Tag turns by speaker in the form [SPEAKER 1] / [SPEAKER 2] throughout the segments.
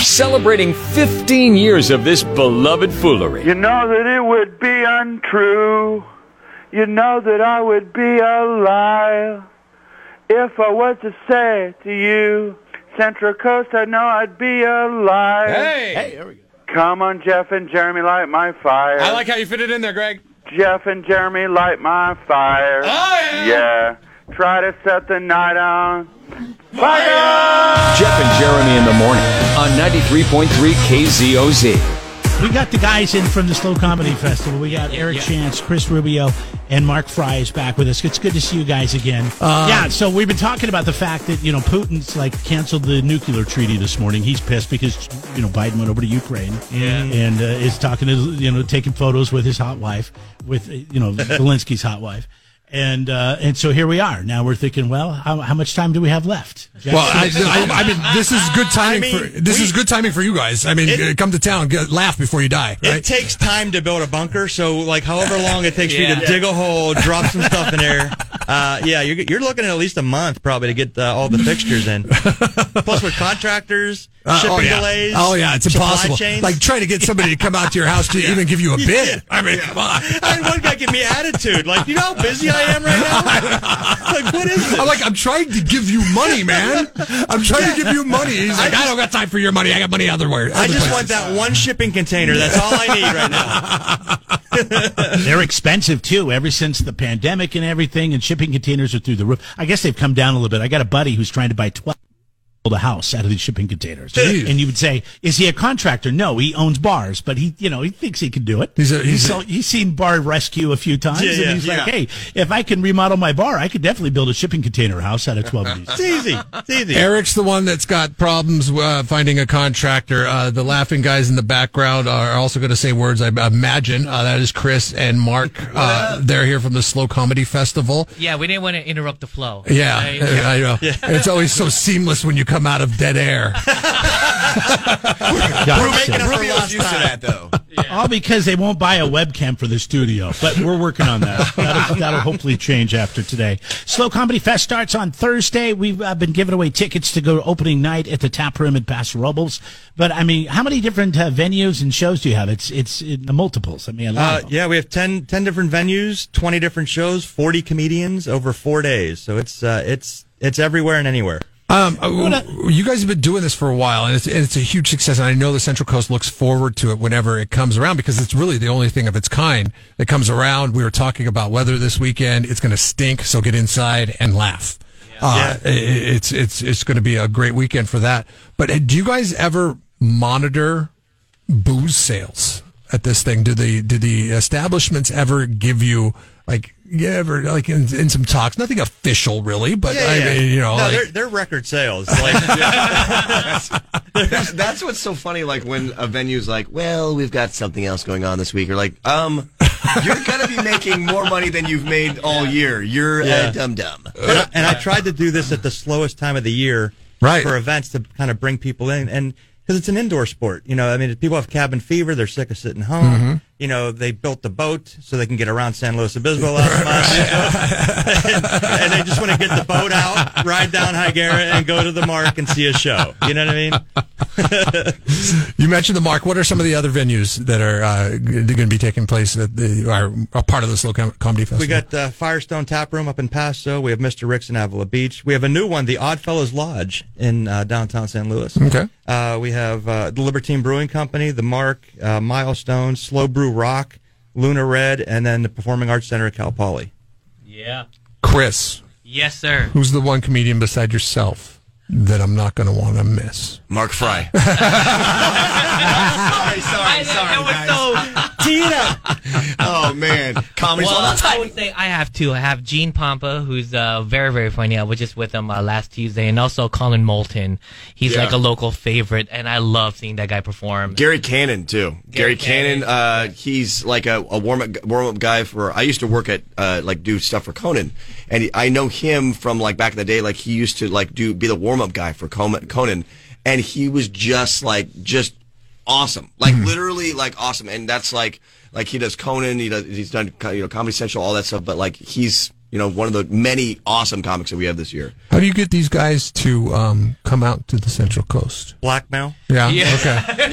[SPEAKER 1] celebrating 15 years of this beloved foolery.
[SPEAKER 2] You know that it would be untrue. You know that I would be a liar if I was to say to you, Central Coast, I know I'd be a liar.
[SPEAKER 3] Hey.
[SPEAKER 4] There we go.
[SPEAKER 2] Come on, Jeff and Jeremy, light my fire.
[SPEAKER 3] I like how you fit it in there, Greg.
[SPEAKER 2] Jeff and Jeremy, light my fire.
[SPEAKER 3] Oh, yeah.
[SPEAKER 2] Yeah. Try to set the night on.
[SPEAKER 1] Jeff and Jeremy in the morning on 93.3 KZOZ.
[SPEAKER 4] We got the guys in from the Slow Comedy Festival. We got Eric
[SPEAKER 3] Yeah.
[SPEAKER 4] Chance, Chris Rubio, and Mark Fry is back with us. It's good to see you guys again.
[SPEAKER 3] Uh,
[SPEAKER 4] yeah, so we've been talking about the fact that, you know, Putin's like canceled the nuclear treaty this morning. He's pissed because, you know, Biden went over to Ukraine.
[SPEAKER 3] Yeah.
[SPEAKER 4] And uh, is talking to, you know, taking photos with his hot wife, with, uh, you know, Zelensky's hot wife. And uh, and so here we are. Now we're thinking, well, how, how much time do we have left? Jeff?
[SPEAKER 5] Well, I, I, I mean, this is good timing for this is good timing for you guys. I mean,
[SPEAKER 6] It-
[SPEAKER 5] uh come to town, get, laugh before you die,
[SPEAKER 6] It
[SPEAKER 5] right?
[SPEAKER 6] takes time to build a bunker, so like however long it takes for you
[SPEAKER 3] Yeah.
[SPEAKER 6] to dig a hole, drop some stuff in there. Uh, yeah, you're, you're looking at at least a month probably to get uh, all the fixtures in. Plus with contractors,
[SPEAKER 5] Uh,
[SPEAKER 6] shipping
[SPEAKER 5] oh yeah,
[SPEAKER 6] delays.
[SPEAKER 5] oh yeah, it's
[SPEAKER 6] supply
[SPEAKER 5] impossible.
[SPEAKER 6] Chains.
[SPEAKER 5] Like trying to get somebody to come out to your house to even give you a bid. I mean, come on.
[SPEAKER 6] I had one guy give me attitude. Like, you know how busy I am right now? It's like, what is this?
[SPEAKER 5] I'm like, I'm trying to give you money, man. I'm trying to give you money. He's like, I, don't got time for your money. I got money otherwhere.
[SPEAKER 6] I just want that one shipping container. That's all I need right now.
[SPEAKER 4] They're expensive too. Ever since the pandemic and everything, and shipping containers are through the roof. I guess they've come down a little bit. I got a buddy who's trying to buy twelve a house out of these shipping containers,
[SPEAKER 5] Jeez.
[SPEAKER 4] and you would say, "Is he a contractor?" No, he owns bars, but he, you know, he thinks he can do it.
[SPEAKER 5] He's a- he's a-
[SPEAKER 4] so- he's seen Bar Rescue a few times,
[SPEAKER 6] Yeah,
[SPEAKER 4] and
[SPEAKER 6] yeah,
[SPEAKER 4] he's like,
[SPEAKER 6] yeah.
[SPEAKER 4] "Hey, if I can remodel my bar, I could definitely build a shipping container house out of twelve of
[SPEAKER 6] It's
[SPEAKER 4] these."
[SPEAKER 6] easy. It's easy.
[SPEAKER 5] Eric's the one that's got problems uh, finding a contractor. Uh, the laughing guys in the background are also going to say words, I imagine. Uh, that is Chris and Mark. Uh, they're here from the Slow Comedy Festival.
[SPEAKER 7] Yeah, we didn't want to interrupt the flow.
[SPEAKER 5] Yeah,
[SPEAKER 7] Right?
[SPEAKER 5] I know. It's always so seamless when you come out of dead air.
[SPEAKER 4] We're
[SPEAKER 6] making up for
[SPEAKER 8] Rubio's
[SPEAKER 6] lost
[SPEAKER 8] used to
[SPEAKER 6] time.
[SPEAKER 8] that though.
[SPEAKER 4] All because they won't buy a webcam for the studio, but we're working on that. That'll, that'll hopefully change after today. Slow Comedy Fest starts on Thursday. We've uh, been giving away tickets to go to opening night at the Tap Room in Paso Robles. But I mean, how many different uh, venues and shows do you have? It's it's in the multiples. I mean, a lot.
[SPEAKER 6] Uh,
[SPEAKER 4] of them.
[SPEAKER 6] yeah, we have 10, 10 different venues, 20 different shows, 40 comedians over four days. So it's, uh, it's, it's everywhere and anywhere.
[SPEAKER 5] Um, uh, you guys have been doing this for a while, and it's, and it's a huge success. And I know the Central Coast looks forward to it whenever it comes around because it's really the only thing of its kind that comes around. We were talking about weather this weekend; it's going to stink, so get inside and laugh. Uh, i- i- It's it's it's going to be a great weekend for that. But uh, do you guys ever monitor booze sales at this thing? Do the do the establishments ever give you like? Yeah, ever like in, in some talks, nothing official really, but I mean, you know,
[SPEAKER 6] no,
[SPEAKER 5] like-
[SPEAKER 6] they're, they're record sales. Like,
[SPEAKER 8] That's, that's what's so funny. Like when a venue's like, "Well, we've got something else going on this week," or like, "Um, you're gonna be making more money than you've made all year. You're
[SPEAKER 6] Yeah.
[SPEAKER 8] a dum dum."
[SPEAKER 6] and, I, and I tried to do this at the slowest time of the year
[SPEAKER 5] Right.
[SPEAKER 6] for events to kind of bring people in. And because it's an indoor sport, you know, I mean, people have cabin fever. They're sick of sitting home. You know, they built the boat so they can get around San Luis Obispo last month. and, and they just want to get the boat out, ride down Higuera, and go to the mark and see a show. You know what I mean?
[SPEAKER 5] You mentioned the Mark. What are some of the other venues that are uh, going to be taking place at the are a part of this local comedy festival?
[SPEAKER 6] We got uh, Firestone Tap Room up in Paso. We have Mr. Rick's in Avila Beach. We have a new one, the Odd Fellows Lodge in uh, downtown San Luis.
[SPEAKER 5] Okay.
[SPEAKER 6] Uh, we have uh, the Libertine Brewing Company, the Mark, uh, Milestone, Slow Brew Rock, Luna Red, and then the Performing Arts Center at Cal Poly.
[SPEAKER 7] Yeah.
[SPEAKER 5] Chris,
[SPEAKER 7] Yes, sir.
[SPEAKER 5] who's the one comedian beside yourself that I'm not going to want to miss.
[SPEAKER 8] Mark Fry. sorry,
[SPEAKER 7] I,
[SPEAKER 8] sorry, sorry,
[SPEAKER 7] that
[SPEAKER 8] guys.
[SPEAKER 7] was so.
[SPEAKER 8] Oh man, comedy's all
[SPEAKER 7] Well,
[SPEAKER 8] the
[SPEAKER 7] I
[SPEAKER 8] time.
[SPEAKER 7] would say I have two. I have Gene Pompa, who's uh, very, very funny. I was just with him uh, last Tuesday, and also Colin Moulton. He's
[SPEAKER 8] Yeah.
[SPEAKER 7] like a local favorite, and I love seeing that guy perform.
[SPEAKER 8] Gary Cannon too.
[SPEAKER 7] Gary
[SPEAKER 8] Gary, Cannon,
[SPEAKER 7] Cannon.
[SPEAKER 8] uh, he's like a, a warm up warm up guy for. I used to work at uh, like do stuff for Conan, and he, I know him from like back in the day. Like he used to like do be the warm up guy for Com- Conan, and he was just like just awesome, like
[SPEAKER 6] Hmm.
[SPEAKER 8] literally like awesome. And that's like like he does Conan, he does he's done you know Comedy Central, all that stuff. But like he's You know, one of the many awesome comics that we have this year.
[SPEAKER 5] How do you get these guys to um, come out to the Central Coast?
[SPEAKER 6] Blackmail.
[SPEAKER 5] Yeah. Okay.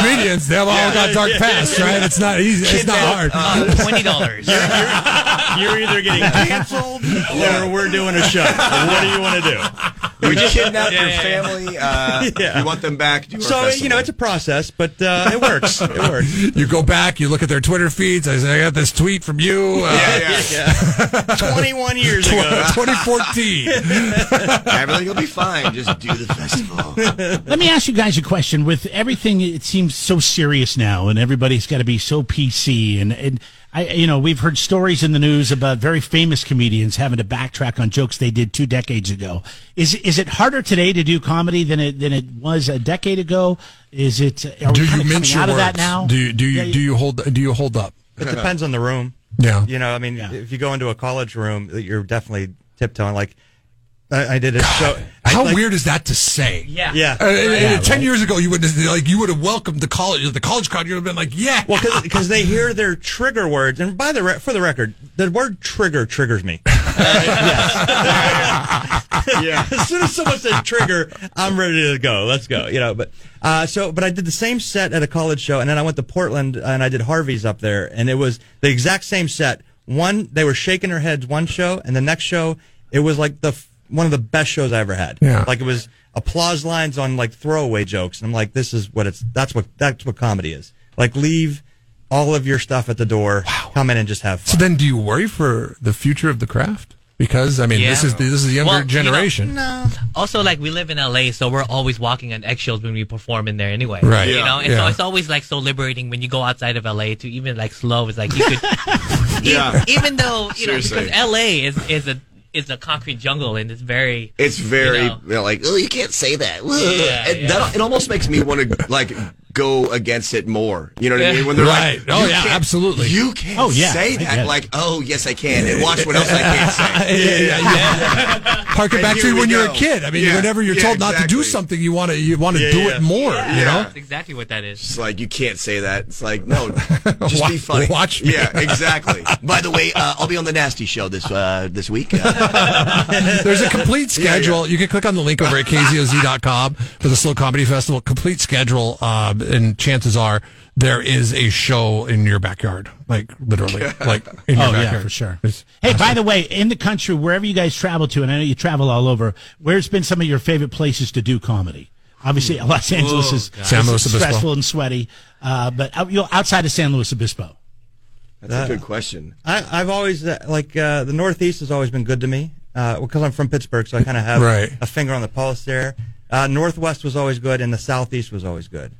[SPEAKER 5] Comedians, they've all got dark pasts, right? It's not easy. It's not hard.
[SPEAKER 7] Uh, Twenty dollars.
[SPEAKER 3] You're either getting canceled or we're doing a show. what do you want to do?
[SPEAKER 8] We kidnap your family. Uh,
[SPEAKER 6] Yeah.
[SPEAKER 8] You want them back. Do our
[SPEAKER 6] So
[SPEAKER 8] festival.
[SPEAKER 6] you know, it's a process, but uh, it works. It works.
[SPEAKER 5] You go back, you look at their Twitter feeds. I say, I got this tweet from you. Uh,
[SPEAKER 8] yeah, yeah.
[SPEAKER 6] Yeah. 21 years ago.
[SPEAKER 5] 2014.
[SPEAKER 8] Everything will be fine. Just do the festival.
[SPEAKER 4] Let me ask you guys a question. With everything, it seems so serious now, and everybody's got to be so PC. And, and I, you know, we've heard stories in the news about very famous comedians having to backtrack on jokes they did two decades ago. Is is it harder today to do comedy than it than it was a decade ago? Is it? Are
[SPEAKER 5] do
[SPEAKER 4] we
[SPEAKER 5] you
[SPEAKER 4] kinda coming
[SPEAKER 5] mince your
[SPEAKER 4] out of that
[SPEAKER 5] words?
[SPEAKER 4] now?
[SPEAKER 5] Do you do you
[SPEAKER 4] Yeah,
[SPEAKER 5] do you hold do you hold up?
[SPEAKER 6] It depends on the room.
[SPEAKER 5] Yeah.
[SPEAKER 6] You know, I mean, if you go into a college room, you're definitely tiptoeing. Like, I, I did a show. I,
[SPEAKER 5] How
[SPEAKER 6] like-
[SPEAKER 5] weird is that to say?
[SPEAKER 7] Yeah.
[SPEAKER 6] Yeah.
[SPEAKER 5] Uh, uh, Ten years ago, you would like you would have welcomed the college the college crowd. You'd have been like, yeah.
[SPEAKER 6] Well, because they hear their trigger words, and by the re- for the record, the word trigger triggers me. as soon as someone says trigger, I'm ready to go. Let's go. You know, but uh, so but I did the same set at a college show, and then I went to Portland uh, and I did Harvey's up there, and it was the exact same set. One, they were shaking their heads one show, and the next show, it was like the f- one of the best shows I ever had.
[SPEAKER 5] Yeah.
[SPEAKER 6] like it was applause lines on like throwaway jokes, and I'm like, this is what it's that's what that's what comedy is. Like leave all of your stuff at the door, come in and just have fun.
[SPEAKER 5] So then, do you worry for the future of the craft? Because I mean, this
[SPEAKER 7] Yeah.
[SPEAKER 5] is this is the younger
[SPEAKER 7] Well, you know,
[SPEAKER 5] generation.
[SPEAKER 7] Also, like we live in LA, so we're always walking on eggshells when we perform in there anyway.
[SPEAKER 5] Right.
[SPEAKER 7] You
[SPEAKER 5] Yeah.
[SPEAKER 7] know, and so
[SPEAKER 5] Yeah.
[SPEAKER 7] it's always like so liberating when you go outside of LA to even like slow. It's like you could,
[SPEAKER 8] Yeah.
[SPEAKER 7] even though you know,
[SPEAKER 8] Seriously.
[SPEAKER 7] because LA is is a is a concrete jungle and it's very
[SPEAKER 8] It's very
[SPEAKER 7] You know.
[SPEAKER 8] you know, like oh, you can't say that. Ugh.
[SPEAKER 7] Yeah,
[SPEAKER 8] And that- It almost makes me want to like go against it more. You know what I mean? When they're
[SPEAKER 5] Right.
[SPEAKER 8] like,
[SPEAKER 5] Oh,
[SPEAKER 8] "You
[SPEAKER 5] yeah,
[SPEAKER 8] can't-
[SPEAKER 5] absolutely.
[SPEAKER 8] You can't
[SPEAKER 4] Oh, yeah,
[SPEAKER 8] say
[SPEAKER 4] I get it.
[SPEAKER 8] that. Like oh yes, I can. And watch what else I can't say.
[SPEAKER 5] yeah, yeah, yeah. Harken
[SPEAKER 8] And
[SPEAKER 5] back
[SPEAKER 8] here
[SPEAKER 5] to
[SPEAKER 8] we
[SPEAKER 5] when you're
[SPEAKER 8] go.
[SPEAKER 5] a kid. I mean,
[SPEAKER 8] Yeah.
[SPEAKER 5] whenever you're
[SPEAKER 8] Yeah,
[SPEAKER 5] told not to do
[SPEAKER 8] exactly.
[SPEAKER 5] something, you want to you want to do
[SPEAKER 6] yeah.
[SPEAKER 5] it more. You know,
[SPEAKER 7] That's exactly what that is.
[SPEAKER 8] It's like you can't say that. It's like no, just
[SPEAKER 5] Wa-
[SPEAKER 8] be funny.
[SPEAKER 5] watch me.
[SPEAKER 8] Yeah, exactly. By the way, uh, I'll be on the Nasty Show this uh, this week. Uh,
[SPEAKER 5] There's a complete schedule. You can click on the link over at kzoz.com for the Slow Comedy Festival. Complete schedule, um, and chances are there is a show in your backyard, like literally, like in your
[SPEAKER 4] Oh
[SPEAKER 5] backyard
[SPEAKER 4] yeah, for sure.
[SPEAKER 5] It's-
[SPEAKER 4] Hey, by the way, in the country, wherever you guys travel to, and I know you travel all over, where's been some of your favorite places to do comedy? Obviously, Los Angeles is, is
[SPEAKER 5] Oh, San Luis Obispo.
[SPEAKER 4] stressful and sweaty, uh, but out, you know, outside of San Luis Obispo,
[SPEAKER 8] That's a good question.
[SPEAKER 6] I, I've always uh, like uh, the Northeast has always been good to me because I'm from Pittsburgh, so I kind of have
[SPEAKER 5] Right.
[SPEAKER 6] a finger on the pulse there. Uh, Northwest was always good, and the Southeast was always good,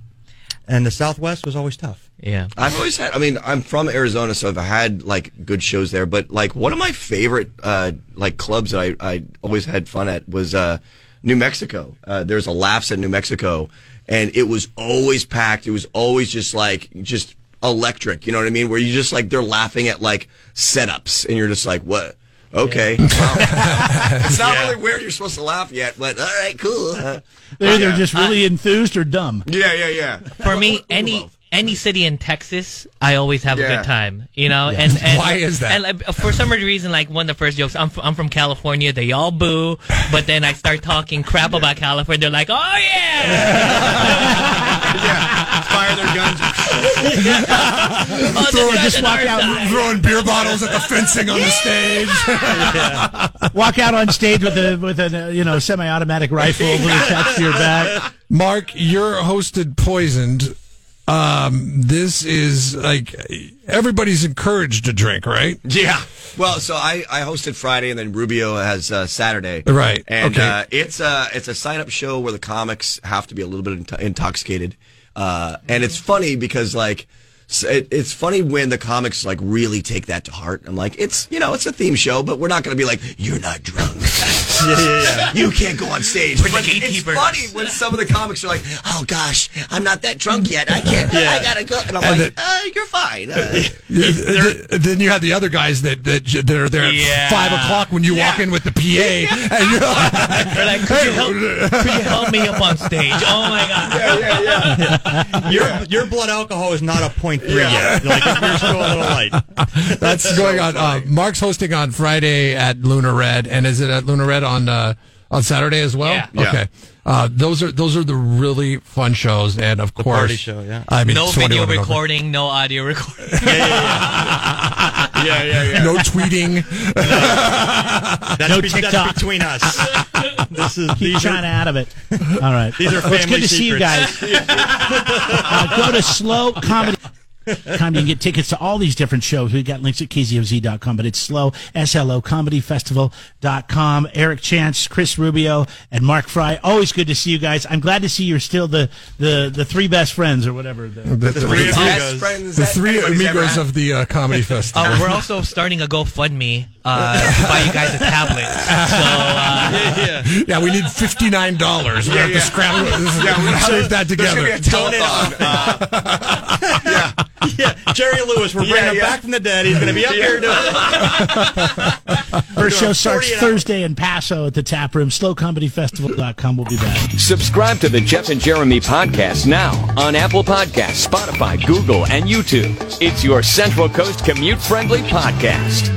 [SPEAKER 6] and the Southwest was always tough.
[SPEAKER 7] Yeah.
[SPEAKER 8] I've always had. I mean, I'm from Arizona, so I've had like good shows there. But like one of my favorite uh, like clubs that I, I always had fun at was uh, New Mexico. Uh, there's a laughs in New Mexico, and it was always packed. It was always just like just electric. You know what I mean? Where you just like they're laughing at like setups, and you're just like, what? Okay, wow. it's not really where you're supposed to laugh yet, but all right, cool. Uh,
[SPEAKER 4] they're either
[SPEAKER 8] yeah.
[SPEAKER 4] just really enthused or dumb.
[SPEAKER 8] yeah, yeah, yeah.
[SPEAKER 7] For me, any any city in Texas, I always have a
[SPEAKER 8] Yeah.
[SPEAKER 7] good time. You know, and, and
[SPEAKER 5] Why is that?
[SPEAKER 7] And like, for some odd reason, like one of the first jokes, I'm f- I'm from California. They all boo, but then I start talking crap about California. They're like, oh yeah,
[SPEAKER 8] yeah. Fire their guns.
[SPEAKER 7] oh,
[SPEAKER 5] Throw it,
[SPEAKER 7] this
[SPEAKER 5] just
[SPEAKER 7] guy's
[SPEAKER 4] walk
[SPEAKER 7] on our
[SPEAKER 4] out.
[SPEAKER 7] side."
[SPEAKER 5] Throwing beer bottles at the fencing on the stage.
[SPEAKER 4] Walk out on stage with a with a uh, you know semi-automatic rifle with attached to your back.
[SPEAKER 5] Mark, you're hosted poisoned. Um, this is like everybody's encouraged to drink, right?
[SPEAKER 8] Yeah. Well, so I, I hosted Friday, and then Rubio has uh, Saturday.
[SPEAKER 5] Right.
[SPEAKER 8] And
[SPEAKER 5] Okay.
[SPEAKER 8] uh, it's a it's a sign up show where the comics have to be a little bit into- intoxicated, uh, and it's funny because like. s- it- It's funny when the comics like really take that to heart. I'm like, it's you know, it's a theme show, but we're not going to be like, you're not drunk. this.
[SPEAKER 3] Yeah, yeah, yeah.
[SPEAKER 8] You can't go on stage.
[SPEAKER 7] We're the
[SPEAKER 8] But
[SPEAKER 7] gatekeepers.
[SPEAKER 8] It's funny when some of the comics are like, "Oh gosh, I'm not that drunk yet. I can't. I gotta go." And I'm
[SPEAKER 5] And
[SPEAKER 8] like,
[SPEAKER 5] the-
[SPEAKER 8] uh, "You're fine." Uh,
[SPEAKER 5] Th- th- then you have the other guys that, that j- that are there at
[SPEAKER 7] Yeah.
[SPEAKER 5] five o'clock when you walk in with the PA, and you're like,
[SPEAKER 7] They're like, could you, help, could you help me up on stage? Oh my god!
[SPEAKER 6] Your your blood alcohol is not a point three yet. Like you're still a little light.
[SPEAKER 5] That's going on. Uh, Mark's hosting on Friday at Lunar Red, and is it at Lunar Red on uh, on Saturday as well?
[SPEAKER 7] Yeah.
[SPEAKER 8] Yeah.
[SPEAKER 5] Okay. Uh, those are those are the really fun shows, and of course,
[SPEAKER 6] party show, yeah.
[SPEAKER 5] I mean,
[SPEAKER 7] No
[SPEAKER 5] so many
[SPEAKER 7] video
[SPEAKER 5] women over-
[SPEAKER 7] recording, no audio recording.
[SPEAKER 3] Yeah, yeah, yeah.
[SPEAKER 5] no tweeting.
[SPEAKER 6] That's,
[SPEAKER 4] No
[SPEAKER 6] be-
[SPEAKER 4] TikTok.
[SPEAKER 6] that's between us. This is
[SPEAKER 4] Keep
[SPEAKER 6] these are-
[SPEAKER 4] China out of it. All right.
[SPEAKER 6] These are
[SPEAKER 4] well, it's good
[SPEAKER 6] family
[SPEAKER 4] to see you guys.
[SPEAKER 6] secrets.
[SPEAKER 4] Uh, go to Slow Comedy. Time you can get tickets to all these different shows. We've got links at kzfz.com, but it's slow, S-L-O, comedyfestival.com. Eric Chance, Chris Rubio, and Mark Fry. Always good to see you guys. I'm glad to see you're still the, the, the three best friends or whatever. The,
[SPEAKER 5] the, the-
[SPEAKER 6] three
[SPEAKER 5] the-
[SPEAKER 6] amigos.
[SPEAKER 8] best friends
[SPEAKER 5] the
[SPEAKER 8] that
[SPEAKER 5] three
[SPEAKER 8] anybody's ever
[SPEAKER 5] amigos
[SPEAKER 8] had.
[SPEAKER 5] of the uh, comedy festival.
[SPEAKER 7] Uh, we're also starting a GoFundMe uh, to buy you guys a tablet. So uh,
[SPEAKER 5] yeah, we need fifty nine dollars. We have to scramble.
[SPEAKER 8] Yeah, we're-
[SPEAKER 5] save that
[SPEAKER 8] There's
[SPEAKER 5] together.
[SPEAKER 8] gonna be a telethon. Uh,
[SPEAKER 6] yeah, Jerry Lewis. We're bringing
[SPEAKER 8] Yeah,
[SPEAKER 6] him
[SPEAKER 8] yeah.
[SPEAKER 6] back from the dead. He's going to be up here doing it.
[SPEAKER 4] first show starts
[SPEAKER 6] 48 hours.
[SPEAKER 4] Thursday in Paso at the tap room. Slowcomedyfestival.com. We'll be back.
[SPEAKER 1] Subscribe to the Jeff and Jeremy podcast now on Apple Podcasts, Spotify, Google, and YouTube. It's your Central Coast commute friendly podcast.